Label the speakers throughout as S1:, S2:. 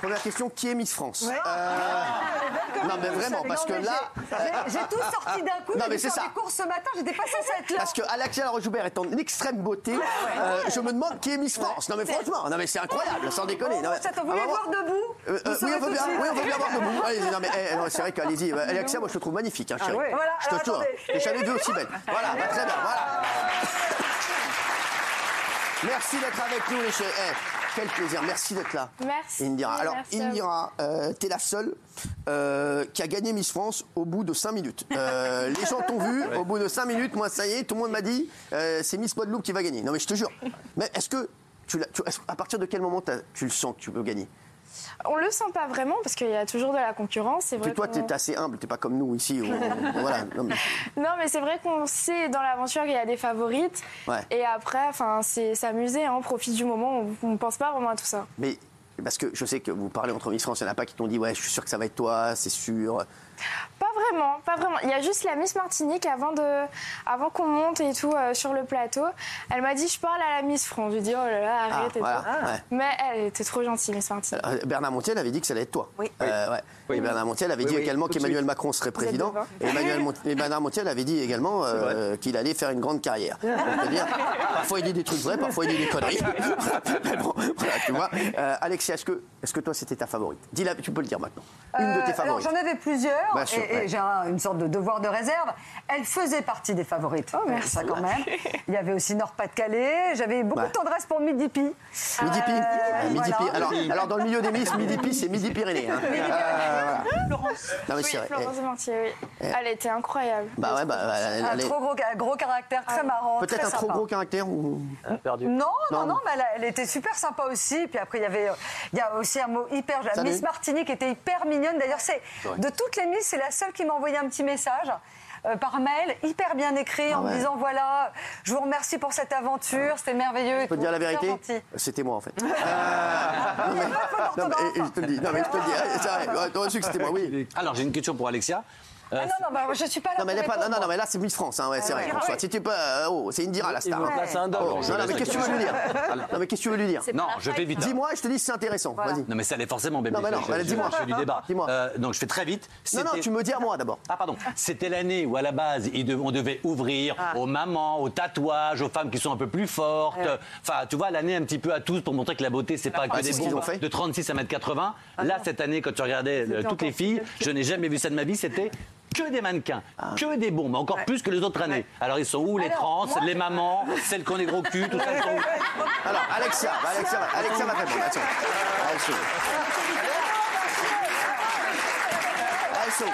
S1: Première question, qui est Miss France
S2: Ouais.
S1: Euh,
S2: Oh,
S1: Non, mais vraiment, parce que
S2: Non, mais
S1: là. euh,
S2: j'ai- j'ai- J'ai tout sorti d'un coup.
S1: Non,
S2: j'ai
S1: mais
S2: dû
S1: c'est
S2: faire
S1: ça.
S2: des cours ce matin, j'étais pas censée être là. Ah
S1: Parce que Alexia Laroche-Joubert est en extrême beauté. Euh, je me demande qui est Miss France. Non, mais franchement, non, mais c'est incroyable, sans déconner. Non, mais-
S2: Oh, Ça, t'en
S1: Ah,
S2: voulais
S1: vraiment.
S2: voir debout
S1: Euh,
S2: Vous
S1: euh, oui,
S2: saurez
S1: on veut
S2: tout de
S1: bien,
S2: suite.
S1: oui, on veut bien voir debout. Allez, non, mais, eh, non, c'est vrai qu'allez-y. euh, Alexia, moi, je te trouve magnifique, hein, chérie.
S2: Ah ouais. Voilà,
S1: je te
S2: alors,
S1: trouve.
S2: attendez.
S1: J'ai jamais vu aussi belle. Voilà, bah, très bien, voilà. Merci d'être avec nous, les chéris. Eh, quel plaisir, merci d'être là.
S3: Merci,
S1: Indira. Alors,
S3: merci à vous.
S1: Indira, euh, t'es la seule euh, qui a gagné Miss France au bout de 5 minutes. Euh, les gens t'ont vu, au bout de 5 minutes, moi, ça y est, tout le monde m'a dit, euh, c'est Miss Guadeloupe qui va gagner. Non, mais je te jure. Mais est-ce que, tu, l'as- tu- est-ce- à partir de quel moment t'as- tu le sens que tu peux gagner
S3: On le sent pas vraiment parce qu'il y a toujours de la concurrence. C'est vrai
S1: Puis toi,
S3: qu'on-
S1: t'es t'es assez humble, t'es pas comme nous ici. on- voilà. Non, mais-
S3: Non, mais c'est vrai qu'on sait dans l'aventure qu'il y a des favorites.
S1: Ouais.
S3: Et après, enfin, c'est s'amuser, hein, on profite du moment, on- on ne pense pas vraiment à tout ça.
S1: mais parce que je sais que vous parlez entre Miss France, il n'y en a pas qui t'ont dit ouais, je suis sûr que ça va être toi, c'est sûr.
S3: Pas vraiment, pas vraiment. Il y a juste la Miss Martinique avant, de, avant qu'on monte et tout euh, sur le plateau. Elle m'a dit je parle à la Miss France. Je lui ai dit oh là là,
S1: Ah,
S3: arrête et
S1: voilà,
S3: tout.
S1: ouais.
S3: Mais elle était trop gentille, Miss Martinique.
S1: Euh, Bernard Montiel avait dit que ça allait être toi.
S2: Oui.
S1: Euh, ouais. Et Bernard Montiel avait
S4: Oui,
S1: dit
S4: oui,
S1: également
S4: tout de
S1: qu'Emmanuel
S4: suite.
S1: Macron serait président.
S3: Vous êtes
S1: Et, Emmanuel Mont- et Bernard Montiel avait dit également euh, qu'il allait faire une grande carrière. C'est-à-dire, parfois il dit des trucs vrais, parfois il dit des conneries. Mais bon, voilà, tu vois. Euh, Alexia, est-ce que, est-ce que toi c'était ta favorite Dis-la, tu peux le dire maintenant. Une
S2: Euh,
S1: de tes
S2: alors,
S1: favorites.
S2: J'en avais plusieurs
S1: Bien sûr,
S2: et, et
S1: ouais.
S2: j'ai un- une sorte de devoir de réserve. Elle faisait partie des favorites, euh,
S3: merci.
S2: ça quand même. Il y avait aussi Nord-Pas-de-Calais. J'avais beaucoup
S1: Ouais.
S2: de tendresse pour Midipi.
S1: Midi Pi. Ah,
S2: Euh,
S1: Midi Pi.
S2: voilà.
S1: Alors, alors, dans le milieu des Miss, Midi Pi, c'est Midi Pyrénées. hein. Euh, voilà. Non, mais
S3: oui,
S1: c'est vrai.
S3: Florence Mantier, oui.
S1: eh.
S3: Elle était incroyable.
S1: Eh, Bah ouais, bah, elle-
S2: Un
S1: elle est-
S2: Ah, trop gros, un gros caractère, très marrant.
S1: Peut-être
S2: très
S1: un trop
S2: sympa.
S1: gros caractère ou.
S4: perdu.
S2: Non, non,
S1: Non.
S2: non, mais elle, a- elle était super sympa aussi. Puis après, il y avait, euh, il y a aussi un mot hyper.
S1: Salut.
S2: Miss Martinique était hyper mignonne. D'ailleurs, c'est de toutes les Miss, c'est la seule qui m'a envoyé un petit message. euh, par mail, hyper bien écrit, en
S1: Ah ouais.
S2: me disant voilà, je vous remercie pour cette aventure, c'était merveilleux. et
S1: Je peux te
S2: tout.
S1: dire la
S2: Hyper
S1: vérité
S2: gentil.
S1: C'était moi en fait. Euh,
S2: Il y a pas de faute
S1: Non, mais,
S2: d'orthographe.
S1: et- et je te le dis, non, mais je te le dis, Ah, c'est vrai, ouais, t'aurais su que c'était moi, oui.
S4: Alors, j'ai une question pour Alexia. Euh,
S2: Ah non, non, bah, je suis pas là.
S1: Non, mais, elle est
S2: pour
S1: pas, non, non,
S2: répondre.
S1: mais là, c'est Miss France, hein, ouais, c'est vrai.
S2: Ah ouais.
S1: François. Si tu peux, euh, oh, c'est Indira la
S4: il
S1: star.
S4: me
S1: hein.
S4: place un
S1: Oh,
S4: dollar.
S1: non,
S4: Je
S1: non,
S4: laisse
S1: mais
S4: la
S1: qu'est-ce que tu veux
S4: question.
S1: lui dire Non, mais qu'est-ce que tu veux lui dire
S4: Non, je fais vite.
S1: Dis-moi, je te dis si c'est intéressant. Vas-y.
S4: Non, mais ça allait forcément, bébé.
S1: Non, mais non,
S4: Je- je-
S1: allez,
S4: je-
S1: dis-moi.
S4: je fais du débat.
S1: Dis-moi.
S4: Euh, donc, je fais très vite.
S1: Non, non,
S4: C'était-
S1: tu me dis à moi d'abord.
S4: Ah, pardon. C'était l'année où, à la base, il de- on devait ouvrir
S1: Ah.
S4: aux mamans, aux tatouages, aux femmes qui sont un peu plus fortes. Enfin, tu vois, l'année un petit peu à tous pour montrer que la beauté, c'est pas que
S1: c'est
S4: des
S1: ce qu'ils
S4: bombes
S1: ont fait. Ah
S4: de 36 à 1m80. Là, cette année, quand tu regardais euh, toutes les filles, je n'ai jamais vu ça de ma vie, c'était que des mannequins,
S1: Ah.
S4: que des bombes, encore plus que les autres années. Alors, ils sont où les
S2: Alors,
S4: trans,
S2: moi-
S4: les mamans, celles qu'on est gros cul, tout ça, ils sont où
S1: Alors, Alexia, bah, Alexia, va- Alexia va répondre. Attention. Alexia. Alexia.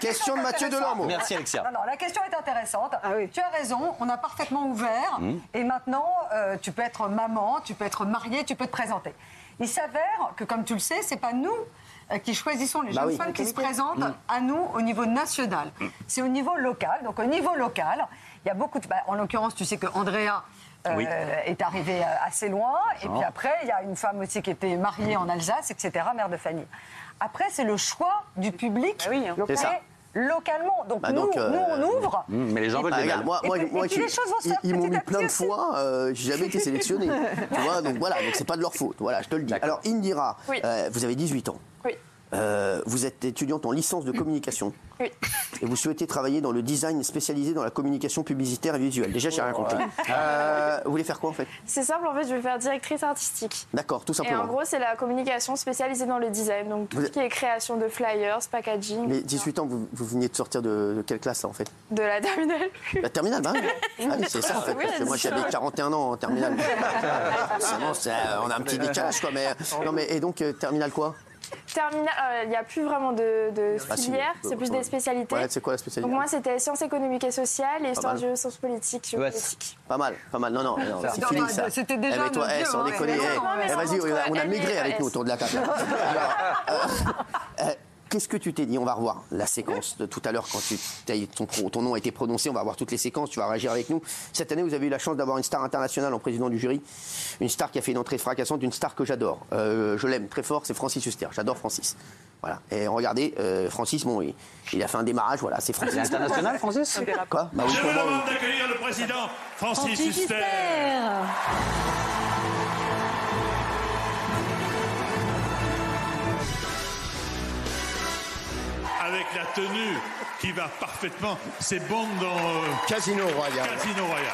S1: Question de Mathieu Delormeau.
S4: Merci, Alexia.
S2: Non, non, la question est intéressante. Tu as raison, on a parfaitement ouvert.
S1: Hmm.
S2: Et maintenant, euh, tu peux être maman, tu peux être mariée, tu peux te présenter. Il s'avère que, comme tu le sais, c'est pas nous euh, qui choisissons les
S1: Bah
S2: jeunes
S1: oui. Hmm.
S2: femmes qui se présentent à nous au niveau national. C'est au niveau local. Donc, au niveau local, il y a beaucoup de. bah, en l'occurrence, tu sais que Andrea. euh,
S4: Oui.
S2: est arrivée euh, assez loin. Et puis après, il y a une femme aussi qui était mariée en Alsace, etc., mère de famille. Après, c'est le choix du public
S1: C'est ça.
S2: localement. Donc,
S1: Bah
S2: nous,
S1: donc, euh,
S2: nous, on ouvre.
S4: Mmh, Mais les gens veulent
S1: Ah,
S4: des
S1: regarde,
S4: belles.
S1: moi,
S2: Et
S1: moi,
S2: puis-
S1: moi
S2: et puis
S1: qui-
S2: les choses vont se
S1: ils,
S2: faire
S1: ils
S2: petit
S1: m'ont mis
S2: à petit
S1: plein de
S2: aussi.
S1: fois, euh, j'ai jamais été sélectionné. tu vois, donc voilà, donc c'est pas de leur faute. Voilà, je te le dis. Alors, Indira,
S3: Oui.
S1: euh, vous avez 18 ans.
S3: Oui.
S1: Euh, vous êtes étudiante en licence de communication
S3: Oui.
S1: et vous souhaitez travailler dans le design spécialisé dans la communication publicitaire et visuelle. Déjà, j'ai rien compris. Euh, vous voulez faire quoi en fait
S3: C'est simple, en fait, je vais faire directrice artistique.
S1: D'accord, tout
S3: Et
S1: simplement.
S3: en gros, c'est la communication spécialisée dans le design. Donc, tout
S1: Vous
S3: ce
S1: êtes-
S3: qui est création de flyers, packaging.
S1: mais
S3: etc.
S1: 18 ans, vous, vous veniez de sortir de, de quelle classe là en fait
S3: De la terminale.
S1: La terminale, bah oui. Ah oui, c'est ça en fait.
S3: Oui,
S1: parce que moi
S3: c'est
S1: j'avais 41 ans en terminale. Forcément, c'est- euh, on a un petit décalage quoi. Mais, non, mais, et donc, euh, terminale quoi
S3: Terminale, euh, il n'y a plus vraiment de, de
S1: Ah, si,
S3: filière,
S1: euh,
S3: c'est plus
S1: euh,
S3: des spécialités.
S1: Ouais, c'est quoi la
S3: Donc
S1: spécialité
S3: moi, c'était sciences économiques et sociales et histoire
S1: mal.
S3: géo, sciences politiques, géopolitique.
S1: Pas mal, pas mal. Non, non, non, c'est
S2: Non,
S1: fini
S2: mais
S1: ça.
S2: c'était
S1: Eh,
S2: déjà
S1: mais toi,
S2: notre
S1: eh,
S2: vieux,
S1: sans
S2: hein.
S1: déconner.
S2: Mais
S1: eh,
S2: non,
S3: non, mais
S1: eh,
S3: ça
S1: vas-y,
S3: rentre,
S1: on a, on a
S3: elle
S1: maigré
S3: est-
S1: avec
S3: elle
S1: nous
S3: est-
S1: autour de la table. Alors, euh, euh, Qu'est-ce que tu t'es dit On va revoir la séquence de tout à l'heure quand tu, t'as eu ton, pro- ton nom a été prononcé. On va voir toutes les séquences. Tu vas réagir avec nous. Cette année, vous avez eu la chance d'avoir une star internationale en président du jury. Une star qui a fait une entrée fracassante, une star que j'adore. Euh, je l'aime très fort, c'est Francis Huster. J'adore Francis. Voilà. Et regardez, euh, Francis, bon, il, il a fait un démarrage. Voilà, c'est Francis.
S4: C'est international, Francis
S1: Quoi Bah oui,
S5: Je
S1: pour
S5: vous
S1: moi, oui.
S5: demande d'accueillir le président Francis Huster.
S6: Bonjour,
S5: avec la tenue qui va parfaitement. C'est bon dans euh,
S6: Casino Royal.
S5: Casino Royal.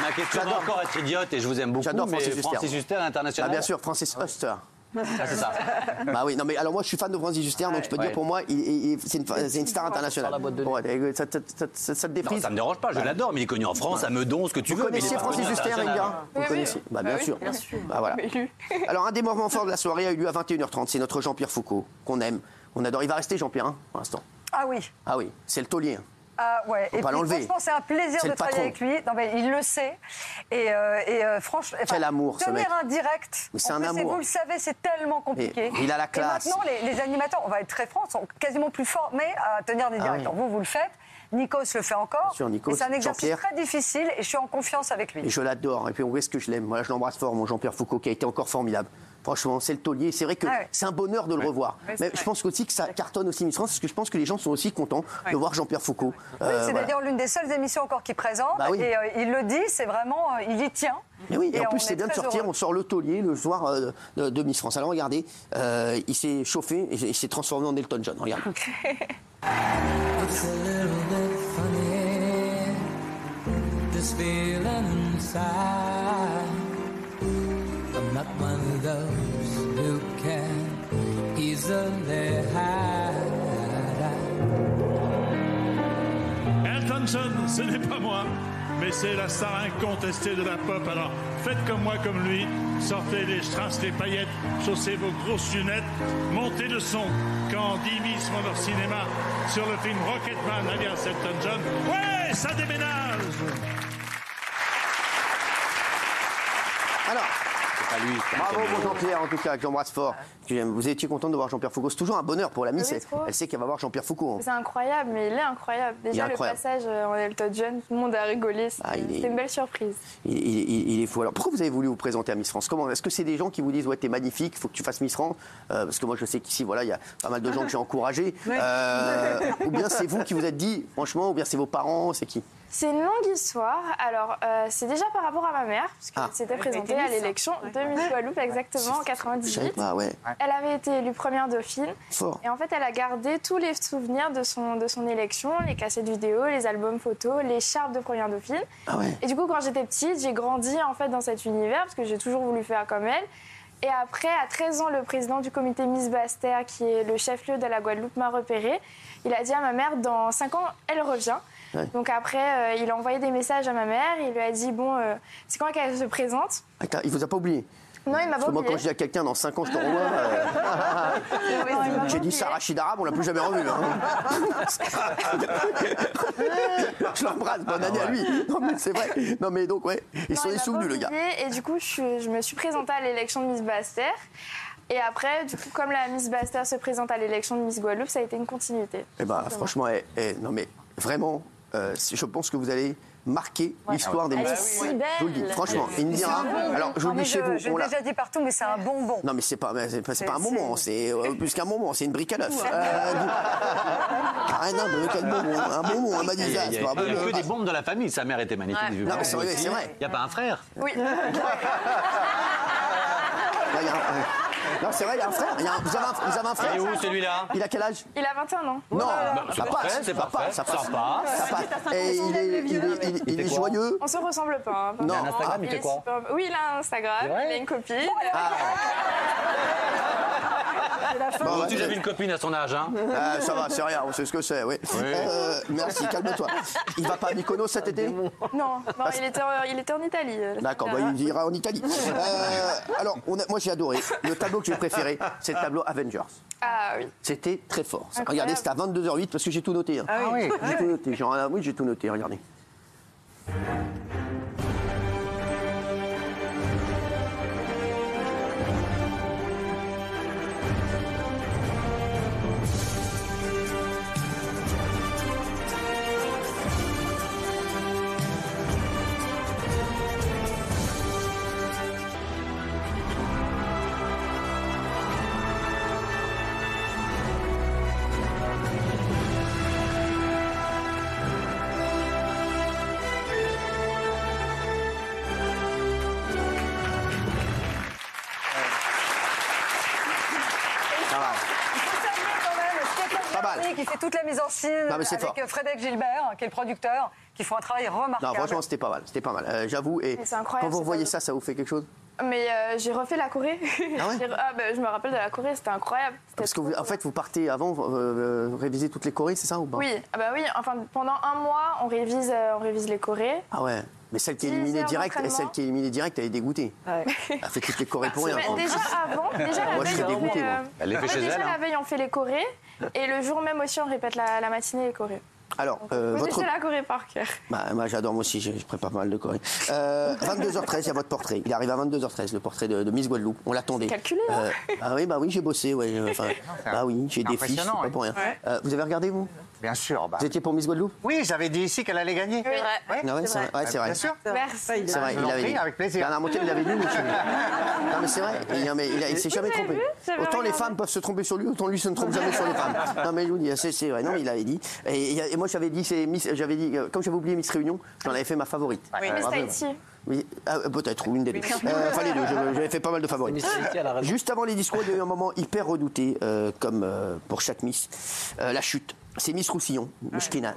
S4: Ma question va
S1: J'adore.
S4: encore être idiote et je vous aime beaucoup.
S1: J'adore Francis
S4: mais
S1: Huster.
S4: Francis Huster,
S1: Ah,
S4: international.
S1: bien sûr, Francis Huster.
S4: Ah, c'est ça.
S1: Bah oui, non mais alors moi je suis fan de Francis Huster, donc je peux te
S4: Ouais.
S1: dire pour moi, il- il- il- c'est une, c'est une star internationale. Ouais, ça, ça- ça- ça- ça te
S4: Non,
S1: déprise.
S4: ça me dérange pas, je l'adore, mais il est connu en France, à Meudon, ce que tu
S1: Vous
S4: veux. mais il est
S1: connaissez
S4: pas
S1: Francis
S4: connu
S1: Huster, les
S4: international.
S1: gars Vous connaissez Bah, bien, sûr. Bah, voilà. Alors, un des moments forts de la soirée a eu lieu à 21h30. C'est notre Jean-Pierre Foucault, qu'on aime. On adore. Il va rester Jean-Pierre, hein, pour l'instant.
S2: Ah oui.
S1: Ah oui, c'est le taulier. hein.
S2: Ah ouais. Et
S1: pas
S2: puis,
S1: l'enlever.
S2: franchement, c'est un plaisir
S1: C'est
S2: de
S1: le patron.
S2: travailler avec lui. Non, mais il le sait. Et, euh, et, euh, franchement,
S1: Quel amour, ce
S2: tenir
S1: mec.
S2: un direct.
S1: Mais c'est
S2: en
S1: un
S2: plus,
S1: amour.
S2: Vous le savez, c'est tellement compliqué.
S1: Et il a la classe.
S2: Et maintenant, les, les animateurs, on va être très francs, sont quasiment plus forts, mais à tenir des directs.
S1: Ah oui.
S2: Vous, vous le faites. Nikos le fait encore.
S1: Bien sûr, Nikos,
S2: Et c'est un exercice
S1: Jean-Pierre.
S2: très difficile et je suis en confiance avec lui.
S1: Et je l'adore. Et puis, on ce que je l'aime. Moi, je l'embrasse fort, mon Jean-Pierre Foucault, qui a été encore formidable. Franchement, c'est le taulier. C'est vrai que
S2: Ah ouais.
S1: c'est un bonheur de le revoir.
S2: Ouais, c'est
S1: Mais
S2: vrai.
S1: je pense aussi que ça cartonne aussi Miss France, parce que je pense que les gens sont aussi contents
S2: Ouais.
S1: de voir Jean-Pierre Foucault.
S2: Oui,
S1: Euh,
S2: c'est
S1: voilà.
S2: d'ailleurs l'une des seules émissions encore qui présente.
S1: Bah oui.
S2: Et euh, il le dit, c'est vraiment, euh, il y tient.
S1: Mais oui, et en
S2: on
S1: plus,
S2: est
S1: c'est bien de
S2: très
S1: sortir.
S2: heureux.
S1: On sort le taulier le soir euh, de, de Miss France. Alors, regardez, euh, il s'est chauffé et il s'est transformé en Elton John. Regarde.
S7: It's a little bit funny, this feeling inside. I'm not one of those who can easily hide.
S5: Elton John, ce n'est pas moi, mais c'est la star incontestée de la pop. Alors faites comme moi, comme lui. Sortez les strass, les paillettes, chaussez vos grosses lunettes, montez le son. Quand Dimis vont leur cinéma sur le film Rocketman alias Elton John, ouais, ça déménage
S1: Alors,
S4: C'est pas lui, c'est un
S1: bravo
S4: caméo.
S1: mon Jean-Pierre, en tout cas, que j'embrasse fort. Que j'aime. Vous étiez content de voir Jean-Pierre Foucault. C'est toujours un bonheur
S2: Ah
S1: pour la Miss.
S3: Oui,
S1: Elle-
S3: trop.
S1: Elle sait qu'elle va voir Jean-Pierre Foucault. hein.
S3: C'est incroyable, mais il est incroyable. Déjà,
S1: incroyable.
S3: le passage euh, en Elton John, tout le monde a rigolé. C'est
S1: Ah, il est-
S3: c'est une belle surprise.
S1: Il, il- il- il est fou. Alors, pourquoi vous avez voulu vous présenter à Miss France Comment Est-ce que c'est des gens qui vous disent, ouais, t'es magnifique, faut que tu fasses Miss France Euh, Parce que moi, je sais qu'ici, voilà, il y a pas mal de gens que j'ai encouragés. Euh, ou bien c'est vous qui vous êtes dit, franchement, ou bien c'est vos parents, c'est qui
S3: C'est une longue histoire. Alors, euh, c'est déjà par rapport à ma mère, parce
S1: Ah.
S3: qu'elle s'était
S8: Elle a été
S3: présentée à
S8: Miss, hein.
S3: l'élection de Miss Guadeloupe, exactement, en
S1: Je savais
S3: 98.
S1: pas, ouais.
S3: Elle avait été élue première dauphine.
S1: Fort.
S3: Et en fait, elle a gardé tous les souvenirs de son, de son élection, les cassettes vidéo, les albums photos, l'écharpe de première dauphine.
S1: Ah ouais.
S3: Et du coup, quand j'étais petite, j'ai grandi en fait dans cet univers parce que j'ai toujours voulu faire comme elle. Et après, à 13 ans, le président du comité Miss Bastère, qui est le chef-lieu de la Guadeloupe, m'a repéré. Il a dit à ma mère, dans 5 ans, elle revient.
S1: Ouais.
S3: Donc après, euh, il a envoyé des messages à ma mère. Il lui a dit, bon, euh, c'est quand qu'elle se présente
S1: Attends, il vous a pas oublié.
S3: Non, il m'a
S1: Parce
S3: pas
S1: que moi,
S3: oublié.
S1: quand je dis à quelqu'un, dans 5 ans, je te revois. euh,
S3: Ah Non, il m'a pas
S1: J'ai dit
S3: oublié.
S1: ça Rachid Arabe, on l'a plus jamais revu. hein. je l'embrasse, bonne année à lui. Non mais c'est vrai. Non mais donc ouais, ils
S3: Non,
S1: sont
S3: il m'a
S1: souvenus
S3: pas
S1: le gars.
S3: oublié. Et du coup, je, suis- je me suis présentée à l'élection de Miss Bastère. Et après, du coup, comme la Miss Bastère se présente à l'élection de Miss Guadeloupe, ça a été une continuité.
S1: Eh ben franchement, eh, eh, non mais vraiment, euh, je pense que vous allez marquer l'histoire des
S8: Elle est
S1: Miss.
S8: si belle.
S1: Je vous le dis, franchement, il me dira. Alors je vous
S2: Non,
S1: le
S2: mais
S1: dis chez
S2: je-
S1: vous,
S2: Je
S1: on
S2: l'ai
S1: l'a.
S2: déjà dit partout, mais c'est un bonbon.
S1: Non mais c'est pas, mais c'est pas, c'est pas un
S2: C'est-
S1: moment, c'est euh, plus qu'un moment, c'est une brique à l'œuf. Euh, du- Ah non, mais quel bonbon, un bonbon, un
S4: Il y
S1: magnifique,
S4: a, il y a-
S1: c'est pas un
S4: il y a
S1: bonbon.
S4: que des bombes dans la famille. Sa mère était magnifique.
S8: Ouais.
S1: Non mais c'est vrai, c'est vrai.
S4: Il n'y a pas un frère
S3: Oui.
S1: Là, il y a un- euh, Non c'est vrai, il y a un frère. Il y a un- Vous avez un- vous avez un
S4: Il est
S1: frère
S4: où celui-là
S1: Il a quel âge
S3: Il a 21 ans.
S1: Non,
S4: c'est
S1: ça
S4: parfait,
S1: passe,
S4: c'est
S1: ça
S4: parfait,
S1: passe, ça
S4: ça
S1: passe.
S4: passe.
S1: Ça passe. Et il est, il est, il est- il
S4: Il
S1: est
S4: était quoi
S1: joyeux.
S3: On se ressemble pas. hein, par
S1: Non. Il
S3: contre.
S1: a un
S4: Instagram, il fait
S3: est
S4: quoi
S3: super- Oui, il a un Instagram,
S4: C'est vrai
S3: il a une copine.
S1: Bon, ouais.
S4: J'ai vu une copine à son âge. Hein.
S1: Ah, ça va, c'est rien, on sait ce que c'est, oui. Euh, merci, calme-toi. Il va pas à Mykonos cet été
S3: Non, non, il était, en, il était en Italie. euh, la
S1: D'accord, bah,
S3: semaine
S1: il ira en Italie. Euh, alors, on a- moi j'ai adoré. Le tableau que j'ai préféré, c'est le tableau Avengers.
S3: dernière. Ah oui.
S1: C'était très fort. ça.
S3: Incroyable.
S1: Regardez, c'était à 22h08 parce que j'ai tout noté. hein.
S2: Ah oui.
S1: J'ai tout noté, genre, ah oui, j'ai tout noté, regardez.
S2: Denis qui fait toute la mise en scène
S1: Non, mais c'est
S2: avec
S1: fort.
S2: euh, Frédéric Gilbert, qui est le producteur, qui font un travail
S1: Non,
S2: remarquable.
S1: franchement, c'était pas mal. C'était pas mal. Euh, J'avoue. Et
S3: Mais c'est incroyable,
S1: quand vous
S3: c'est
S1: revoyez
S3: pas
S1: ça, ça vous fait quelque chose
S3: Mais euh, j'ai refait la Corée.
S1: Ah ouais
S3: J'ai re- ah, bah, je me rappelle de la Corée, c'était incroyable. C'était
S1: Parce que
S3: trop
S1: vous, ah, en
S3: cool.
S1: fait, vous partez avant euh, euh, réviser toutes les chorés, c'est ça ou pas
S3: Oui, ah bah oui. Enfin, pendant un mois, on révise, euh, on révise les Corées.
S1: Ah ouais. Mais celle qui est
S3: Dix
S1: éliminée
S3: heures
S1: direct, et
S3: d'entraînement.
S1: celle qui est éliminée direct, elle est dégoûtée.
S2: Ouais.
S1: Elle fait toutes les chorés pour rien.
S3: Mais
S1: quoi.
S3: déjà avant, déjà la
S1: Moi, je
S3: veille,
S1: suis
S3: on
S1: dégoûté,
S3: fait,
S1: moi.
S3: euh,
S4: Elle les fait
S3: ouais,
S4: chez
S3: déjà
S4: elle,
S3: la
S4: hein.
S3: veille, on fait les Corées. Et le jour même aussi, on répète la, la matinée les Corées.
S1: Alors, euh,
S3: Moi, je
S1: votre.
S3: sais la Corée par cœur.
S1: Bah, moi, j'adore, moi aussi, je, je prépare pas mal de chorés. Euh, 22h13, il y a votre portrait. Il arrive à 22h13, le portrait de, de Miss Guadeloupe. On l'attendait.
S3: C'est calculé, hein.
S1: Euh, ah oui, bah oui, j'ai bossé, ouais. euh, Enfin,
S6: c'est
S1: bah oui, j'ai des fiches, c'est
S6: impressionnant,
S1: pas
S6: ouais.
S1: pour rien. Euh, vous avez regardé, vous
S6: Bien sûr. bah.
S1: Vous étiez pour Miss Guadeloupe
S6: Oui, j'avais dit ici qu'elle allait gagner.
S3: Oui.
S6: Ouais.
S1: Ah ouais, c'est vrai. Ouais, c'est vrai.
S6: Bah, Bien sûr.
S3: Merci.
S1: C'est vrai,
S6: Je
S1: il
S6: vous en
S1: l'avait
S6: prie,
S1: dit.
S6: avec plaisir.
S1: Bernard Montiel, il l'avait dit, monsieur. Non, mais c'est vrai, il, non, mais il, a- il s'est jamais
S3: avez
S1: trompé.
S3: vu J'avais
S1: Autant les
S3: regardé.
S1: femmes peuvent se tromper sur lui, autant lui se ne trompe jamais sur les femmes. Non, mais je vous dis, c'est c'est vrai, non, mais il l'avait dit. Et, et- et moi, j'avais dit, c'est Miss- j'avais dit, euh, comme j'avais oublié Miss Réunion, j'en avais fait ma favorite.
S3: Oui, Miss Tahiti.
S1: Oui, ah, euh, peut-être, ou une des deux. Euh, enfin, les deux, je- j'avais fait pas mal de favorites. Juste avant les discours, il y a eu un moment hyper redouté, euh, comme euh, pour chaque Miss, Euh, la chute. C'est Miss Roussillon,
S8: Ah,
S1: Mouchkina,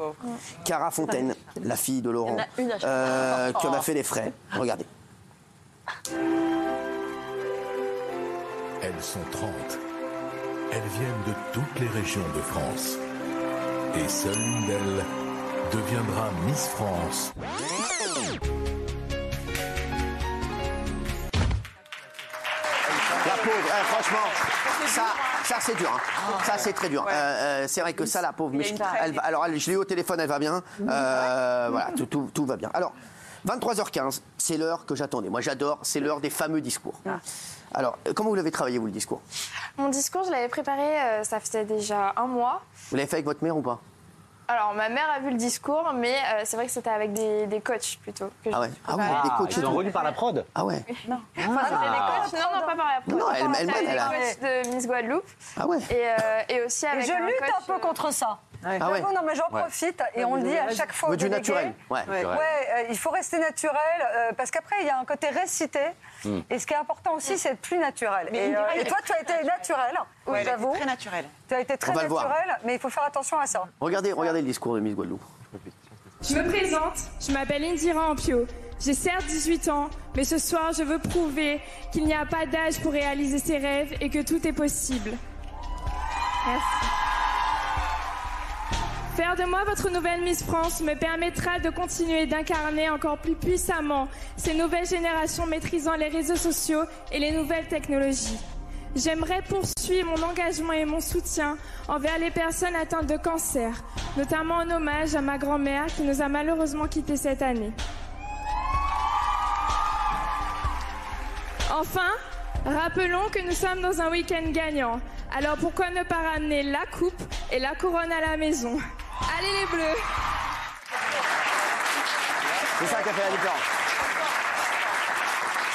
S1: Cara Fontaine, la fille de
S8: Il
S1: Laurent,
S8: y en a une à chaque Oh.
S1: euh, qui en a fait les frais. Regardez.
S9: Elles sont 30. Elles viennent de toutes les régions de France. Et seule l'une d'elles deviendra Miss France.
S1: La pauvre, eh, franchement, ça, ça c'est dur. hein. Ça c'est très dur. Euh, euh, c'est vrai que ça, la pauvre,
S8: Il y a une
S1: Michka,
S8: très-
S1: elle va- alors elle- je l'ai eu au téléphone, elle va bien. Euh, voilà, tout, tout- tout va bien. Alors, 23h15, c'est l'heure que j'attendais. Moi j'adore, c'est l'heure des fameux discours. Alors, euh, comment vous l'avez travaillé, vous, le discours
S3: Mon discours, je l'avais préparé, euh, ça faisait déjà un mois.
S1: Vous l'avez fait avec votre mère ou pas
S3: Alors, ma mère a vu le discours, mais euh, c'est vrai que c'était avec des, des coachs plutôt. que je
S1: Ah ouais. Ah oui,
S3: préparais.
S1: des
S4: Ah,
S1: coachs.
S4: ils sont relus par la prod
S1: Ah ouais
S3: Ah, Non, non, pas par la
S1: Non, non, elle- elle-
S3: C'était
S1: elle a-
S3: avec des coachs de Miss Guadeloupe.
S1: Ah ouais
S3: Et, euh, et aussi
S2: Et
S3: avec
S2: je
S3: un
S2: lutte
S3: coach,
S2: un peu
S3: euh,
S2: contre ça.
S1: Ah ouais
S2: J'avoue, Non, mais j'en profite et on le dit à chaque fois.
S1: Mais
S2: au
S1: du
S2: délégué.
S1: naturel, ouais.
S2: Ouais, euh, il faut rester naturel euh, parce qu'après, il y a un côté récité.
S1: Hmm.
S2: Et ce qui est important aussi, c'est d'être plus naturel.
S8: Mais
S2: et, euh,
S8: il dirait-
S2: et toi, tu as été naturel,
S8: Ouais,
S2: j'avoue.
S8: Très naturel.
S2: Tu as été très
S1: On va le voir.
S2: naturel, mais il faut faire attention à ça.
S1: Regardez, regardez le discours de Miss Guadeloupe.
S10: Je me présente, je m'appelle Indira Ampio. J'ai certes 18 ans, mais ce soir je veux prouver qu'il n'y a pas d'âge pour réaliser ses rêves et que tout est possible. Merci. Faire de moi votre nouvelle Miss France me permettra de continuer d'incarner encore plus puissamment ces nouvelles générations maîtrisant les réseaux sociaux et les nouvelles technologies. J'aimerais poursuivre mon engagement et mon soutien envers les personnes atteintes de cancer, notamment en hommage à ma grand-mère qui nous a malheureusement quittés cette année. Enfin, rappelons que nous sommes dans un week-end gagnant. Alors pourquoi ne pas ramener la coupe et la couronne à la maison Allez les bleus
S1: C'est ça qui a fait la différence.
S2: Ah,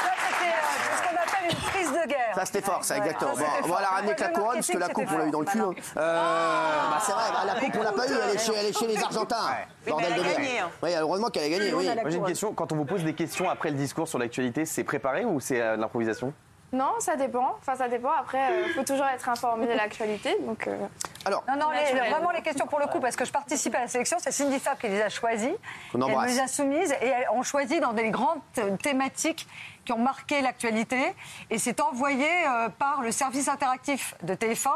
S2: Ça, c'était euh, ce qu'on appelle une prise de guerre.
S1: Ça c'était fort, ça,
S2: Ouais.
S1: exactement.
S2: Ça,
S1: Bon,
S2: c'était
S1: on va
S2: fort.
S1: la ramener avec la
S2: Le
S1: couronne, parce que la coupe,
S2: marketing,
S1: on l'a eu dans le
S2: c'était
S1: cul. hein. Euh, bah, c'est vrai, bah, la coupe, on l'a pas eu, elle est chez, elle est chez les Argentins.
S8: mais
S1: Bordel
S8: elle a
S1: de merde.
S8: gagné, hein.
S1: Oui, heureusement qu'elle a gagné, Eh oui.
S11: Moi j'ai une question, quand on vous pose des questions après le discours sur l'actualité, c'est préparé ou c'est euh, de l'improvisation
S3: Non, ça dépend. Enfin, ça dépend. Après, il faut toujours être informé de l'actualité. Donc, euh,
S1: Alors,
S2: Non, non, les-
S3: Naturel.
S2: vraiment les questions pour le coup, parce que je participe à la sélection, c'est Cindy Fab qui les a choisies.
S1: Qu'on
S2: elle
S1: embrasse.
S2: nous a soumises et elles- on choisit dans des grandes euh, thématiques qui ont marqué l'actualité. Et c'est envoyé euh, par le service interactif de TF1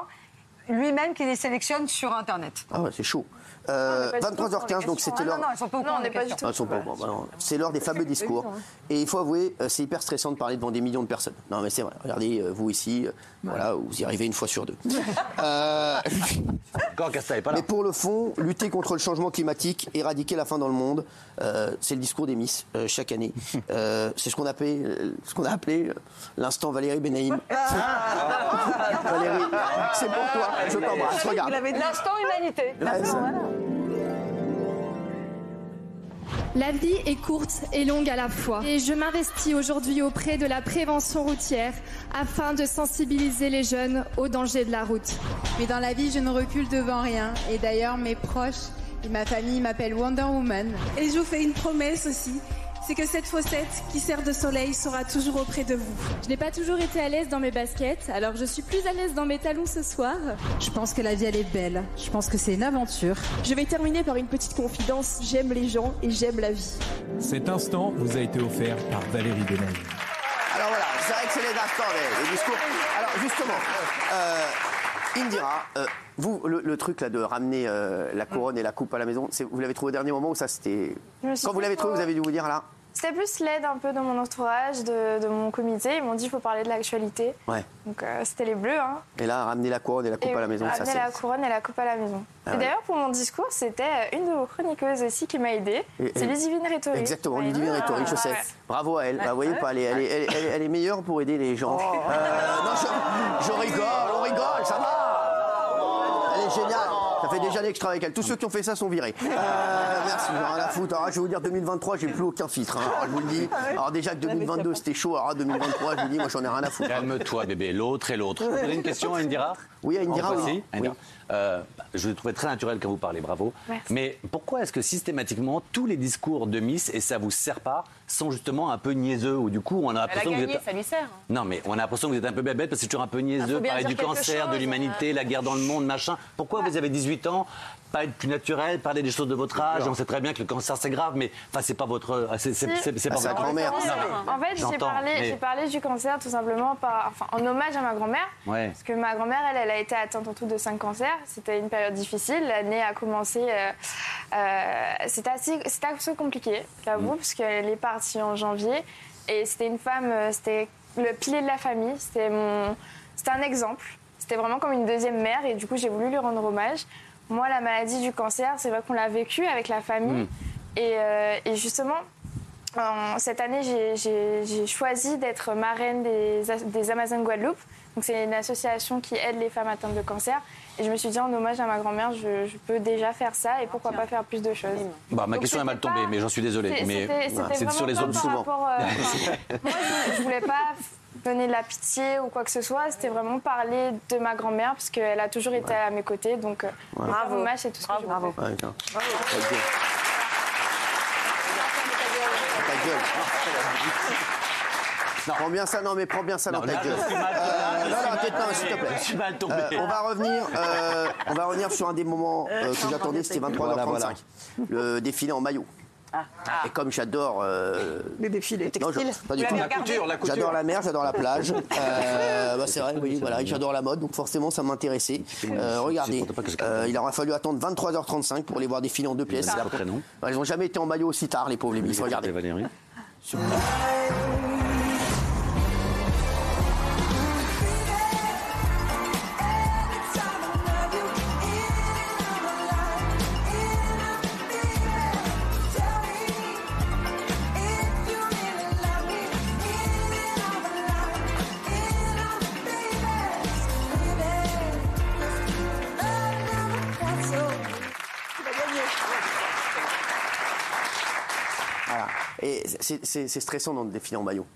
S2: lui-même qui les sélectionne sur Internet.
S1: ah ouais, c'est chaud. Euh,
S3: on n'est pas du tout
S1: 23h15, donc
S3: sur les
S1: c'était
S2: Ah non,
S1: l'heure.
S2: non, elles sont pas au
S3: non,
S2: courant
S3: on n'est
S2: des
S3: pas du
S2: questions.
S3: tout.
S1: Ah, ils sont pas au courant, bah non. c'est l'heure des fameux discours. Et il faut avouer, euh, c'est hyper stressant de parler devant des millions de personnes. Non, mais c'est vrai. Regardez, euh, vous ici, euh, voilà, vous y arrivez une fois sur deux. Euh,
S4: Quand Casta est pas là.
S1: Mais pour le fond, lutter contre le changement climatique, éradiquer la faim dans le monde, euh, c'est le discours des Miss euh, chaque année. Euh, c'est ce qu'on appelait, euh, ce qu'on a appelé euh, l'instant Valérie Benaïm.
S3: Ah,
S1: Valérie, c'est pour toi. Je
S3: Ah,
S1: t'embrasse. Regarde.
S2: L'instant humanité.
S1: Ouais, ça-
S10: La vie est courte et longue à la fois. Et je m'investis aujourd'hui auprès de la prévention routière afin de sensibiliser les jeunes aux dangers de la route. Mais dans la vie, je ne recule devant rien. Et d'ailleurs, mes proches et ma famille m'appellent Wonder Woman. Et je vous fais une promesse aussi. c'est que cette fossette qui sert de soleil sera toujours auprès de vous.
S3: Je n'ai pas toujours été à l'aise dans mes baskets, alors je suis plus à l'aise dans mes talons ce soir.
S8: Je pense que la vie elle est belle. Je pense que c'est une aventure.
S3: Je vais terminer par une petite confidence. J'aime les gens et j'aime la vie.
S12: Cet instant vous a été offert par Valérie Delange.
S3: ah.
S1: Alors voilà, c'est vrai que c'est les instants, les, les discours. Alors justement, euh, Indira, euh, vous, le, le truc là de ramener euh, la couronne et la coupe à la maison, c'est- vous l'avez trouvé au dernier moment ou ça c'était.
S3: Mm. Je me suis
S1: Quand vous
S3: dit,
S1: l'avez trouvé,
S3: faut-
S1: vous avez dû vous dire là.
S3: C'était plus l'aide un peu de mon entourage, de, de mon comité. Ils m'ont dit il faut parler de l'actualité.
S1: Ouais.
S3: Donc euh, c'était les bleus. Hein.
S1: Et là, ramener la couronne et la coupe
S3: Et
S1: à la maison, ça
S3: ramener
S1: c'est.
S3: la couronne et la coupe à la maison.
S1: Ah
S3: et
S1: ouais.
S3: d'ailleurs, pour mon discours, c'était une de vos chroniqueuses aussi qui m'a aidée.
S1: Et-
S3: C'est
S1: et-
S3: Ludivine Ah, Rétori.
S1: Exactement, Ludivine Rhétorique, je sais. Bravo à elle. Bah, vous voyez pas, elle est, elle, est, elle est- elle est- elle est meilleure pour aider les gens.
S3: Oh.
S1: Euh, non, je, je rigole, on rigole, ça va. Elle est géniale. Ça fait déjà des extra avec elle. Tous ceux qui ont fait ça sont virés. Euh, merci, j'en ai rien à foutre. Alors, je vais vous dire, 2023, j'ai plus aucun filtre. hein. Alors, je vous le
S3: Ah
S1: dis. Alors, déjà que 2022, c'était chaud. Alors, 2023, je vous dis, moi, j'en ai rien à foutre.
S4: Calme-toi, bébé, l'autre et l'autre. Vous avez une question, Indira
S1: Oui, à Indira,
S4: En voici,
S1: oui.
S4: Indira. Euh, je le trouvais très naturel quand vous parlez, bravo.
S1: Merci.
S4: Mais pourquoi est-ce que systématiquement tous les discours de Miss, et ça vous sert pas, sont justement un peu niaiseux Ou du coup, on a
S13: Elle a
S4: l'impression que vous
S13: gagné,
S4: êtes.
S13: ça lui sert.
S4: Non, mais on a l'impression que vous êtes un peu bébête parce que c'est toujours un peu
S13: Ah,
S4: niaiseux,
S13: faut bien
S4: parler
S13: dire
S4: du
S13: quelque
S4: cancer, de
S13: chose, Bah.
S4: l'humanité,
S13: hein.
S4: la guerre dans le monde, machin. Pourquoi vous avez 18 ans pas être plus naturel, parler des choses de votre âge. On sait très bien que le cancer c'est grave, mais enfin c'est pas votre, euh, c'est
S13: Mmh.
S4: c'est- c'est- c'est pas
S1: Ah, sa
S4: votre-
S1: grand-mère.
S4: Non.
S3: En fait, j'ai
S4: J'entends,
S3: parlé,
S4: mais-
S3: j'ai parlé du cancer tout simplement par, enfin, en hommage à ma grand-mère.
S4: Ouais.
S3: Parce que ma grand-mère, elle, elle a été atteinte en tout de cinq cancers. C'était une période difficile. L'année a commencé. euh, euh, c'était assez, c'était assez compliqué,
S4: Mm.
S3: j'avoue, parce qu'elle est partie en janvier. Et c'était une femme, euh, c'était le pilier de la famille. C'était mon, c'était un exemple. C'était vraiment comme une deuxième mère. Et du coup, j'ai voulu lui rendre hommage. Moi, la maladie du cancer, c'est vrai qu'on l'a vécu avec la
S4: Mm.
S3: famille. Et, euh, et justement, en- cette année, j'ai- j'ai j'ai choisi d'être marraine des, as- des Amazones Guadeloupe. Donc, c'est une association qui aide les femmes atteintes de cancer. Et je me suis dit, en hommage à ma grand-mère, je, je peux déjà faire ça et pourquoi pas faire plus de choses.
S4: Bah, ma
S3: Donc,
S4: question est mal tombée, mais j'en suis désolé.
S3: c'est-
S4: Mais
S3: c'était- c'était
S4: c'est
S3: vraiment
S4: sur les
S3: pas
S4: autres
S3: par
S4: souvent.
S3: rapport, euh, Je voulais pas donner de la pitié ou quoi que ce soit. C'était vraiment parler de ma grand-mère parce qu'elle a toujours été à mes côtés. Donc,
S1: Ouais.
S3: bravo.
S1: Bravo.
S3: hommage, c'est tout ce que je voulais.
S1: Ouais, non. Ok. Ta gueule. Prends bien ça, non mais prends bien ça dans
S4: là,
S1: ta
S4: je
S1: gueule.
S4: suis mal-
S1: Euh,
S4: là, je
S1: non,
S4: suis
S1: non,
S4: mal
S1: t'inquiète pas,
S4: tombé.
S1: s'il te plaît.
S4: Je suis mal tombé.
S1: on va revenir, euh, on va revenir sur un des moments euh,
S13: Euh,
S1: que j'attendais, c'était 23h35,
S4: Voilà, voilà.
S1: le défilé en maillot.
S13: Ah.
S1: Et comme j'adore les défilés
S13: textiles.
S1: pas du
S13: Vous l'avez
S1: tout.
S13: La regardé couture, la couture.
S1: J'adore la mer, j'adore la plage. Euh, bah, c'est vrai, oui, voilà, j'adore la mode, donc forcément ça m'intéressait. Euh, regardez, euh, il aura fallu attendre 23h35 pour les voir défiler en deux pièces. Bah,
S4: donnez leur prénom.
S1: Ils n'ont jamais été en maillot aussi tard, les pauvres les miss. Regardez.
S4: Valérie.
S1: Voilà. Et c'est- c'est c'est stressant dans le défilé en maillot.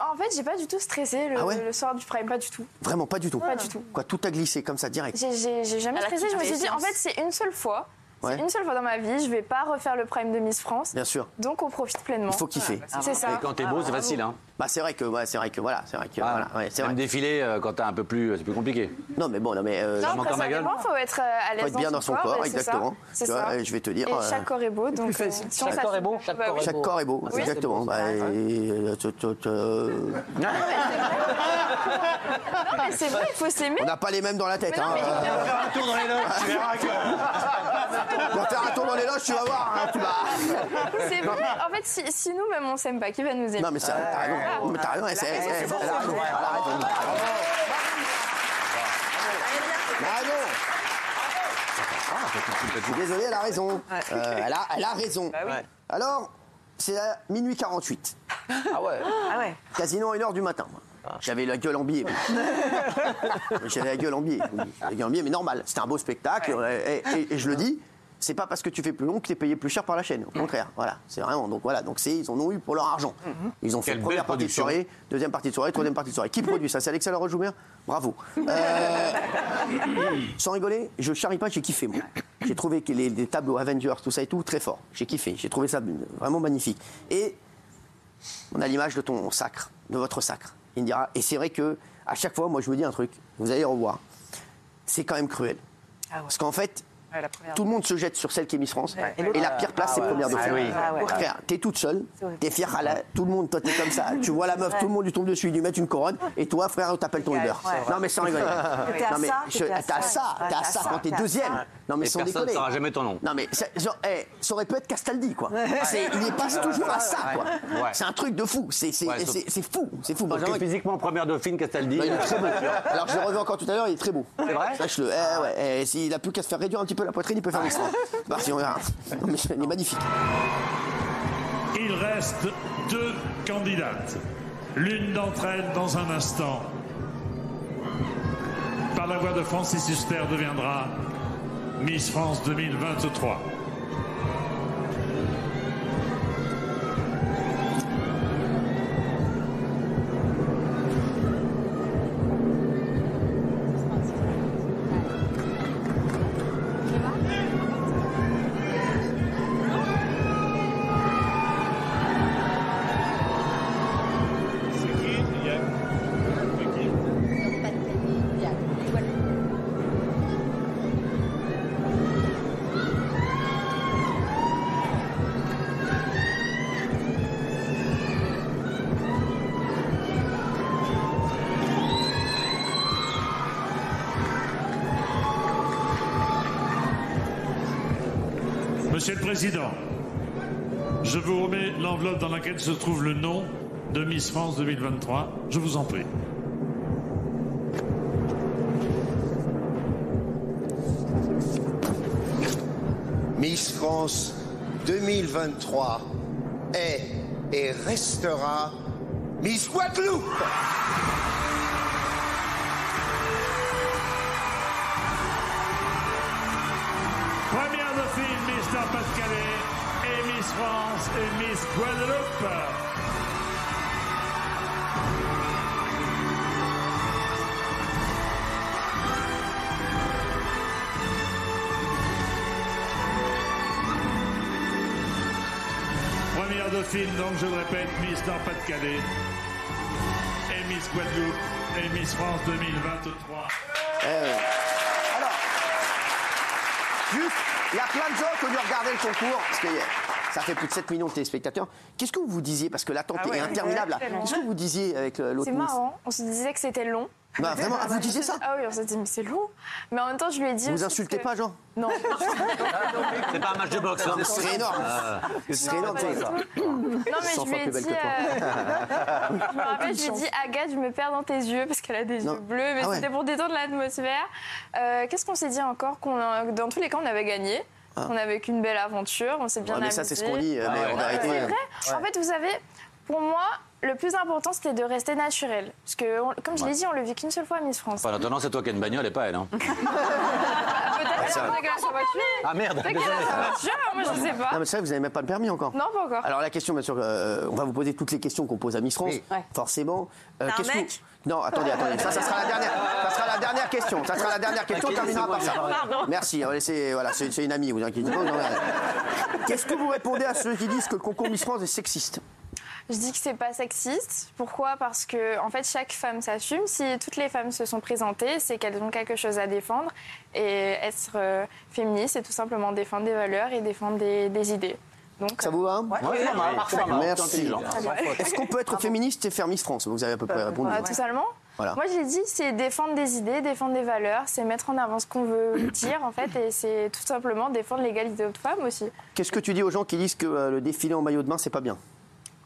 S3: En fait, j'ai pas du tout stressé le,
S1: Ah ouais
S3: le soir du prime, pas du tout.
S1: Vraiment, pas du tout.
S3: Pas du tout.
S1: Quoi, tout a glissé comme ça direct.
S3: J'ai- J'ai j'ai jamais
S13: Elle a
S3: stressé. Je me
S13: quitté
S3: suis dit, en
S13: l'essence.
S3: fait, c'est une seule fois.
S1: Ouais.
S3: C'est une seule fois dans ma vie. Je vais pas refaire le prime de Miss France.
S1: Bien sûr.
S3: Donc, on profite pleinement.
S1: Il faut Ah, kiffer.
S3: C'est ça.
S1: Bah c'est vrai que, ouais, c'est vrai que, voilà, c'est vrai que, Ah, voilà, ouais, c'est vrai.
S4: hein. Même défiler euh, quand t'es un peu plus, c'est plus compliqué.
S1: Non mais bon, non mais. euh,
S3: Non,
S1: je m'en-
S4: encore ma gueule.
S3: personnellement, faut être euh, à l'aise
S1: Faut être bien dans son corps,
S3: et c'est ça.
S1: exactement.
S3: C'est
S1: Tu vois,
S3: ça.
S1: et je vais te dire,
S3: Et
S1: euh,
S3: chaque corps est beau. Donc, euh, si on
S1: Chaque corps
S3: s'assume,
S1: est beau,
S3: bah oui.
S1: Chaque corps est beau,
S3: Oui.
S1: exactement. Bah, et- euh, tu- tu- tu- euh,
S3: Non, mais c'est vrai, il faut s'aimer.
S1: On n'a pas les mêmes dans la tête. hein. Euh,
S4: un tour dans les loges, tu verras
S1: On va faire un tour dans les loges, tu vas voir. hein, tu vas-
S3: C'est vrai. En fait, si, si nous-mêmes on s'aime pas, qui va nous aimer
S1: Non mais c'est vrai, t'as raison. Non, mais t'as raison, elle- elle- elle- elle a raison. Elle a raison. Bravo. Je suis désolé, elle a raison. Euh, elle, a, elle a raison. Alors, c'est à minuit 48. Ah ouais Quasiment à 1h du matin. moi.
S4: Ah.
S1: J'avais la gueule en biais. oui. J'avais la gueule en biais. oui. La gueule en biais, mais normal. C'était un beau spectacle. euh, Et, et- et je le dis, c'est pas parce que tu fais plus long que t'es payé plus cher par la chaîne.
S4: Mm.
S1: Au contraire. Voilà. C'est vraiment. Donc voilà. Donc c'est, ils en ont eu pour leur argent. Ils ont fait
S4: Mm-hmm. Quelle belle
S1: première partie de
S4: production.
S1: soirée, deuxième partie de soirée, troisième partie de soirée. Qui produit ça C'est Alexa Le Rejoubert Bravo. Euh, sans rigoler, je charrie pas, j'ai kiffé moi. J'ai trouvé que les, les tableaux Avengers, tout ça et tout, très fort. J'ai kiffé. J'ai trouvé ça euh, vraiment magnifique. Et on a l'image de ton sacre, de votre sacre. Il me dira. Et c'est vrai que à chaque fois, moi, je me dis un truc. Vous allez revoir. C'est quand même cruel.
S2: Ah
S1: Parce qu'en fait, tout le monde se jette sur celle qui est Miss France.
S13: Ouais.
S1: Et,
S13: Et l'autre-
S1: la pire place,
S13: Ah
S1: c'est
S13: ouais.
S1: première de
S13: Ah
S1: France.
S13: oui. Ah ouais.
S1: Frère, t'es toute seule, t'es fière à la... tout le monde, toi t'es comme ça. tu vois la meuf,
S13: Ouais.
S1: tout le monde lui tombe dessus, il lui met une couronne, et toi, frère, on t'appelle ton
S13: Ouais,
S1: Uber.
S13: ouais.
S1: Non mais sans rigoler.
S13: T'es à
S1: Non, mais
S13: ça,
S1: je-
S13: t'es à
S1: T'as
S13: ça,
S1: ça,
S13: ouais.
S1: t'as
S13: Ouais,
S1: ça
S13: t'as
S1: quand t'es
S13: ça.
S1: deuxième. Non mais
S4: Et
S1: sans
S4: personne
S1: déconner.
S4: saura jamais ton nom.
S1: Non mais ça- genre, eh, ça aurait pu être Castaldi quoi. C'est- Il y passe toujours à ça quoi.
S4: Ouais. Ouais.
S1: C'est un truc de fou. C'est c'est-
S4: Ouais, sauf-
S1: c'est- c'est fou, c'est fou.
S4: Parce que
S1: Benjamin,
S4: physiquement, première dauphine, Castaldi. euh,
S1: bah, il est très beau. Alors je l'ai revu encore tout à l'heure, il est très beau.
S4: C'est vrai
S1: Sache-le.
S3: Ah
S1: Eh ouais, eh, s'il a plus qu'à se faire réduire un petit peu la poitrine, il peut faire l'histoire. C'est parti, on verra. Non, mais il est magnifique.
S5: Il reste deux candidates. L'une d'entre elles dans un instant. Par la voix de Francis Huster deviendra Miss France 2023. Monsieur le Président, je vous remets l'enveloppe dans laquelle se trouve le nom de Miss France 2023. Je vous en prie.
S14: Miss France 2023 est et restera Miss Guadeloupe.
S5: Première dauphine, Miss Nord-Pas-de-Calais et Miss France et Miss Guadeloupe. Première dauphine, donc je le répète, Miss Nord-Pas-de-Calais et Miss Guadeloupe et Miss France 2023.
S1: Juste, il y a plein de gens qui ont dû regarder le concours, parce que ça fait plus de 7 millions de téléspectateurs. Qu'est-ce que vous disiez Parce que l'attente
S3: Ah ouais,
S1: est interminable. là.
S3: ouais, tellement.
S1: Qu'est-ce que vous disiez avec euh, l'autre
S3: C'est
S1: ministre
S3: marrant, on se disait que c'était long.
S1: Bah, vraiment, ah, vous disiez ça
S3: Ah oui, on s'est dit, mais c'est long. Mais en même temps, je lui ai dit.
S1: Vous
S3: aussi
S1: insultez
S3: que-
S1: pas, Jean
S3: Non.
S4: C'est pas un match de boxe.
S3: Ah,
S4: hein.
S1: Ce serait énorme. Ce serait
S3: Non,
S1: énorme,
S3: Ah,
S1: tu
S3: pas
S1: sais,
S3: du
S1: ça.
S3: tout. Non, mais
S1: 100
S3: je lui
S1: fois
S3: ai
S1: plus belle
S3: dit.
S1: que toi.
S3: euh, Je me rappelle, je lui ai
S1: Aucune
S3: dit Agathe, je me perds dans tes yeux parce qu'elle a des
S1: Non.
S3: yeux bleus, mais
S1: Ah ouais.
S3: c'était pour détendre l'atmosphère. Euh, Qu'est-ce qu'on s'est dit encore qu'on a- Dans tous les cas, on avait gagné.
S1: Ah.
S3: On a vécu une belle aventure, on s'est bien
S1: Ouais, mais ça,
S3: amusés.
S1: c'est ce qu'on dit, euh, mais Ah ouais. en vérité,
S3: C'est
S1: euh,
S3: vrai. En fait, vous savez, pour moi, le plus important, c'était de rester naturel. Parce que, on- comme je
S4: Ouais.
S3: l'ai dit, on le vit qu'une seule fois à Miss France. Ah,
S4: Enfin, en attendant, c'est toi qui as une bagnole et pas elle. Hein.
S3: Peut-être
S4: Ouais, ça
S3: qu'elle
S4: va.
S3: a gagné sa voiture.
S4: Ah, merde,
S3: Peut-être qu'elle a
S4: désolé.
S3: sa voiture, moi, je sais
S1: Non,
S3: pas.
S1: mais c'est vrai, vous n'avez même pas le permis encore.
S3: Non, pas encore.
S1: Alors la question, bien sûr, euh, on va vous poser toutes les questions qu'on pose à Miss France, forcément. Euh,
S13: T'as un
S1: qu'est-ce que-
S13: mec
S1: Non, attendez, attendez. Ça, ça sera la dernière. Ça sera la dernière question. Ça sera la dernière question. On
S13: T'inquiète,
S1: terminera par ça.
S13: laissez-moi parler. Pardon.
S1: Merci. on va laisser- Voilà, c'est c'est une amie. Vous inquiétez pas. vous en avez- Qu'est-ce que vous répondez à ceux qui disent que le concours Miss France est sexiste
S3: Je dis que c'est pas sexiste. Pourquoi Parce que en fait, chaque femme s'assume. Si toutes les femmes se sont présentées, c'est qu'elles ont quelque chose à défendre. Et être euh, féministe, c'est tout simplement défendre des valeurs et défendre des, des idées. Donc,
S1: Ça vous va
S4: Ouais, c'est normal, parfait, normal, c'est
S1: Merci.
S4: intelligent.
S1: Est-ce qu'on peut être féministe et faire Miss France Vous avez à peu près répondu.
S3: euh, tout simplement.
S1: Voilà.
S3: Moi, j'ai dit, c'est défendre des idées, défendre des valeurs, c'est mettre en avant ce qu'on veut dire, en fait, et c'est tout simplement défendre l'égalité aux femmes aussi.
S1: Qu'est-ce que tu dis aux gens qui disent que euh, le défilé en maillot de bain, c'est pas bien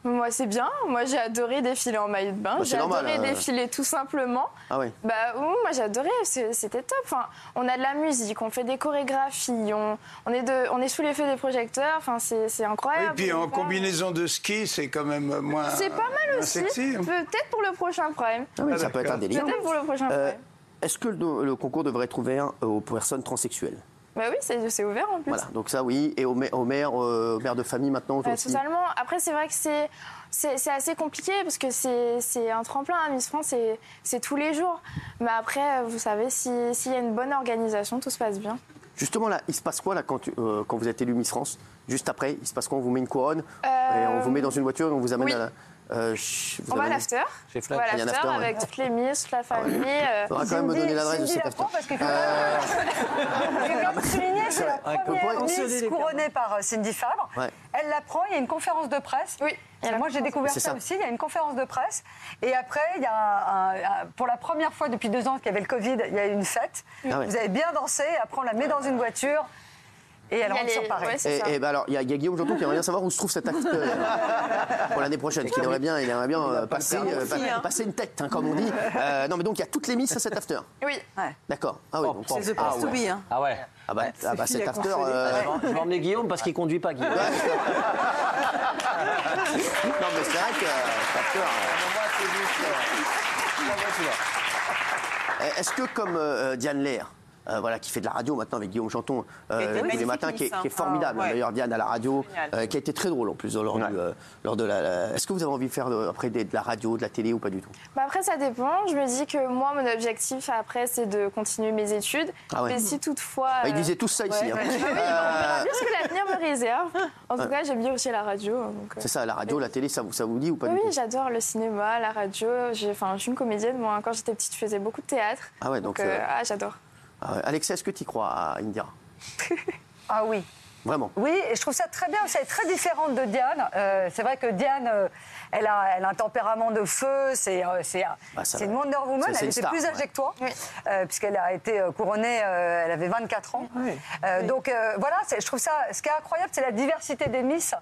S3: Moi, c'est bien. Moi, j'ai adoré défiler en maillot de bain.
S1: Bah, c'est
S3: j'ai
S1: normal,
S3: adoré
S1: euh.
S3: défiler tout simplement.
S1: Ah ouais.
S3: Bah oui, moi j'adorais, c'est- c'était top. Enfin, on a de la musique, on fait des chorégraphies, on, on est, de, on est sous les feux des projecteurs, enfin, c'est c'est
S15: Et
S3: incroyable.
S15: Ah puis en
S3: Enfin,
S15: combinaison de ski, c'est quand même moins.
S3: C'est pas mal
S15: moins
S3: aussi.
S15: sexy. hein.
S3: Peut-être pour le prochain prime.
S1: Ah oui, ça peut être un délire.
S3: Peut-être pour le prochain
S1: Euh,
S3: prime.
S1: Est-ce que le, le concours devrait être ouvert euh, aux personnes transsexuelles
S3: Bah oui, c'est c'est ouvert en plus.
S1: Voilà, donc ça oui, et aux, mè- aux mères, euh, aux mères de famille maintenant
S3: Ouais,
S1: aussi.
S3: totalement. Après, c'est vrai que c'est c'est c'est assez compliqué parce que c'est c'est un tremplin. hein. Miss France, c'est- euh, c'est tous les jours. Mais après, vous savez, si- s'il y a une bonne organisation, tout se passe bien.
S1: Justement, là, il se passe quoi là, quand, tu- euh, quand vous êtes élu Miss France Juste après, il se passe quoi On vous met une couronne,
S3: Euh,
S1: et on vous met dans une voiture et on vous amène
S3: oui.
S1: à la. euh, ch- vous
S3: On va à
S1: amène-
S3: l'after. On va à
S1: Il y a un
S3: l'after
S1: after, ouais.
S3: avec toutes les miss, toute la famille. euh,
S1: Faudra quand même me donner l'adresse de cet after. Euh,
S2: Je viens de souligner, c'est la
S1: Ouais,
S2: première
S1: ouais.
S2: Miss couronnée par euh, Cindy Fabre.
S1: Ouais.
S2: Elle la prend, il y a une conférence de presse. Oui. Moi, j'ai découvert
S1: C'est
S2: ça,
S1: ça.
S2: aussi. Il y a une conférence de presse. Et après, il y a un- un- un- pour la première fois depuis deux ans qu'il y avait le Covid, il y a eu une fête.
S1: Ah ouais.
S2: Vous avez bien dansé. Après, on la met dans une voiture et elle
S3: Il y a
S2: rentre
S3: les-
S2: sur Paris.
S3: ouais,
S1: Et, et ben alors, il y, a il y a Guillaume Janton qui aimerait bien savoir où se trouve cet acte euh, pour l'année prochaine, qui aimerait bien, il aimerait bien euh, passer,
S3: permis
S1: euh,
S3: aussi,
S1: pa-
S3: hein.
S1: passer une tête, hein, comme on dit. Euh, non, mais donc il y a toutes les misses à cet after.
S3: Oui.
S1: D'accord. Ah oui, donc-
S4: Oh, C'est The
S1: ah,
S4: place to
S1: ouais.
S4: be, hein. Ah ouais.
S1: Ah bah, ah bah, cet after. euh,
S4: Je vais emmener Guillaume parce qu'il conduit pas Guillaume.
S1: non, mais c'est vrai que euh, after, euh, Euh, Est-ce que comme euh, euh, Diane Lair, euh, voilà, qui fait de la radio maintenant avec Guillaume Chanton euh,
S13: Qui était
S1: tous les
S13: magnifique,
S1: matins, qui est,
S13: Miss, hein.
S1: qui est formidable
S13: Ah, ouais.
S1: d'ailleurs, Diane à la radio,
S13: Génial.
S1: euh, qui a été très drôle en plus lors, du, euh, lors de la. la- Est-ce que vous avez envie de faire de- après des- de la radio, de la télé ou pas du tout
S3: Bah après, ça dépend. Je me dis que moi, mon objectif après, c'est de continuer mes études.
S1: Ah ouais.
S3: Mais si toutefois.
S1: Bah, Ils
S3: euh,
S1: disaient tous ça ici.
S3: ouais,
S1: hein.
S13: Ah
S1: Euh,
S3: bah oui, bah, on verra bien ce que l'avenir me réserve. En tout
S1: Ouais.
S3: cas, j'aime bien aussi la radio. hein, donc, euh.
S1: C'est ça, la radio, la télé, ça vous, ça vous dit ou
S13: Ah
S1: pas
S3: Oui,
S1: du
S3: oui,
S1: tout
S3: j'adore le cinéma, la radio. J'ai- Enfin, je suis une comédienne. Moi, quand j'étais petite, je faisais beaucoup de théâtre.
S1: Ah ouais, donc,
S3: euh,
S1: euh,
S3: ah, j'adore.
S1: Ah ouais. Alexia, est-ce que tu crois à Indira
S2: Ah oui.
S1: Vraiment
S2: Oui, et je trouve ça très bien. C'est très différente de Diane. Euh, c'est vrai que Diane, euh, elle, a, elle a un tempérament de feu. C'est euh, c'est un-
S1: Bah, ça
S2: c'est
S1: va.
S2: une Wonder Woman.
S1: Ça, c'est
S2: elle
S1: une
S2: était
S1: star,
S2: plus âgée
S1: ouais.
S2: que toi, euh, puisqu'elle a été euh, couronnée, euh, elle avait 24 ans. Euh, Donc euh, voilà, c'est- je trouve ça. Ce qui est incroyable, c'est la diversité des Miss.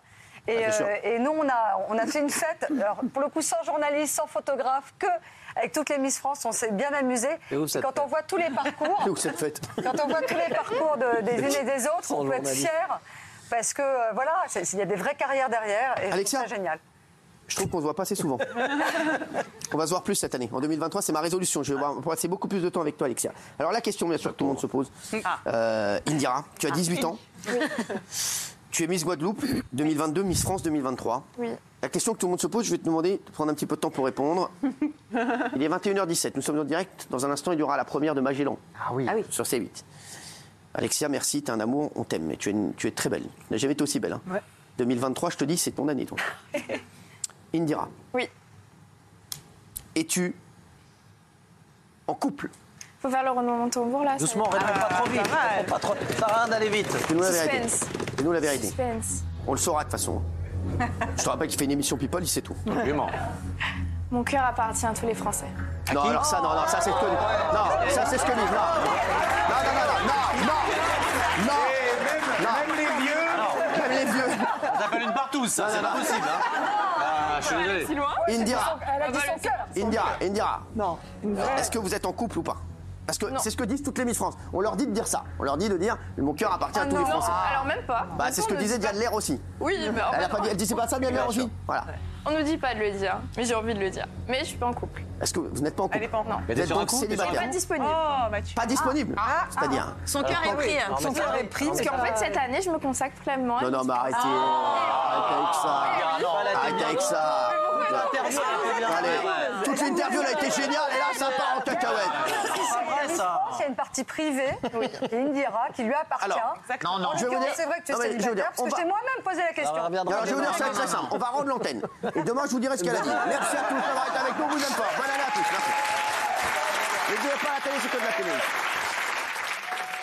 S2: Et, euh,
S1: Ah, c'est sûr.
S2: et nous, on a, on a fait une fête, alors, pour le coup, sans journaliste, sans photographe, que avec toutes les Miss France, on s'est bien amusé.
S1: Et où
S2: Et
S1: cette
S2: Quand on voit tous les parcours,
S1: Où cette fête
S2: quand on voit tous les parcours de- des unes et des autres,
S1: Sans
S2: on peut être
S1: journaliste.
S2: fier parce que euh, voilà, c'est- il y a des vraies carrières derrière et c'est génial.
S1: Je trouve qu'on se voit pas assez souvent. On va se voir plus cette année. En 2023, c'est ma résolution. Je vais voir- on va passer beaucoup plus de temps avec toi, Alexia. Alors la question, bien sûr, que tout le monde se pose. Euh, Indira, tu as 18 ans. Tu es Miss Guadeloupe 2022, Miss France 2023.
S3: Oui.
S1: La question que tout le monde se pose, je vais te demander de prendre un petit peu de temps pour répondre. Il est 21h17. Nous sommes en direct. Dans un instant, il y aura la première de Magellan. Ah oui. Sur C8. Alexia, merci. T'es un amour. On t'aime. Mais tu es, une- tu es très belle. Tu n'as jamais été aussi belle. hein. 2023, je te dis, c'est ton année, toi. Indira.
S3: Oui.
S1: Es-tu en couple
S3: Faut faire le rendement de tambour là. ça
S4: Doucement,
S3: va être-
S4: réponds pas trop vite. Réponds pas trop. Ça rien d'aller vite.
S1: Dis-nous la vérité.
S3: Suspense.
S1: Dis-nous la vérité.
S3: Suspense.
S1: On le saura de toute façon. Je te rappelle qu'il fait une émission People, il sait tout.
S3: Absolument. Mon cœur appartient à tous les Français.
S1: Non, alors ça, non, non, ça c'est ce que Non, ça c'est ce que Non, non, non, non, non, non, non.
S4: Même les vieux.
S1: Même les vieux.
S4: On s'appelle une partouze, ça, c'est pas possible. Hein. Euh, je suis désolé.
S1: Indira.
S2: Elle a dit
S3: Ah bah,
S2: son cœur.
S1: Indira, Indira.
S2: Non.
S1: Est-ce que vous êtes en couple ou pas Parce que c'est ce que disent toutes les Miss France. On leur dit de dire ça. On leur dit de dire mon cœur appartient à tous
S3: Ah non,
S1: les Français.
S3: alors même pas.
S1: Bah, c'est ce que disait Diane Lair aussi.
S3: Oui, mais en
S1: Elle a
S3: fait,
S1: pas dit, elle disait pas ça, Diane Lair aussi. Voilà.
S3: on nous dit pas de le dire, mais j'ai envie de le dire. Mais je suis pas en couple.
S1: Est-ce que vous n'êtes pas en couple Oh, bah
S3: Non.
S1: Vous êtes donc célibataire.
S3: Pas disponible.
S1: Pas disponible. Ah, C'est-à-dire.
S3: Son
S1: Alors,
S3: cœur
S1: pas-
S3: est pris.
S1: Non, mais ça-
S3: Parce qu'en fait, cette année, je me consacre pleinement. à
S1: Non, non,
S3: Miss
S1: mais arrêtez.
S3: France.
S1: Arrêtez avec
S3: Ah, non,
S1: ça. Arrêtez avec ça.
S4: L'interview, elle était bien.
S1: Allez, toute l'interview, elle a été géniale. Et là, ça part en cacahuète.
S2: C'est Miss France, il y a une partie privée, et Indira, qui lui appartient.
S1: Alors, non, non.
S2: En
S1: Je vais vous
S2: l'occurrence,
S1: dire-
S2: c'est vrai que tu es
S1: non, mais je vais vous dire,
S2: célibataire,
S1: on
S2: parce que
S1: va-
S2: je t'ai moi-même posé la question.
S1: Alors, je vais vous dire, ça va être très simple. On va rendre l'antenne. Et demain, je vous dirai ce qu'elle a dit. Merci à tous d'avoir été avec nous. On vous aime fort. Bonne année à tous. Merci. Ne jouez pas à la télé, c'est que de la télé.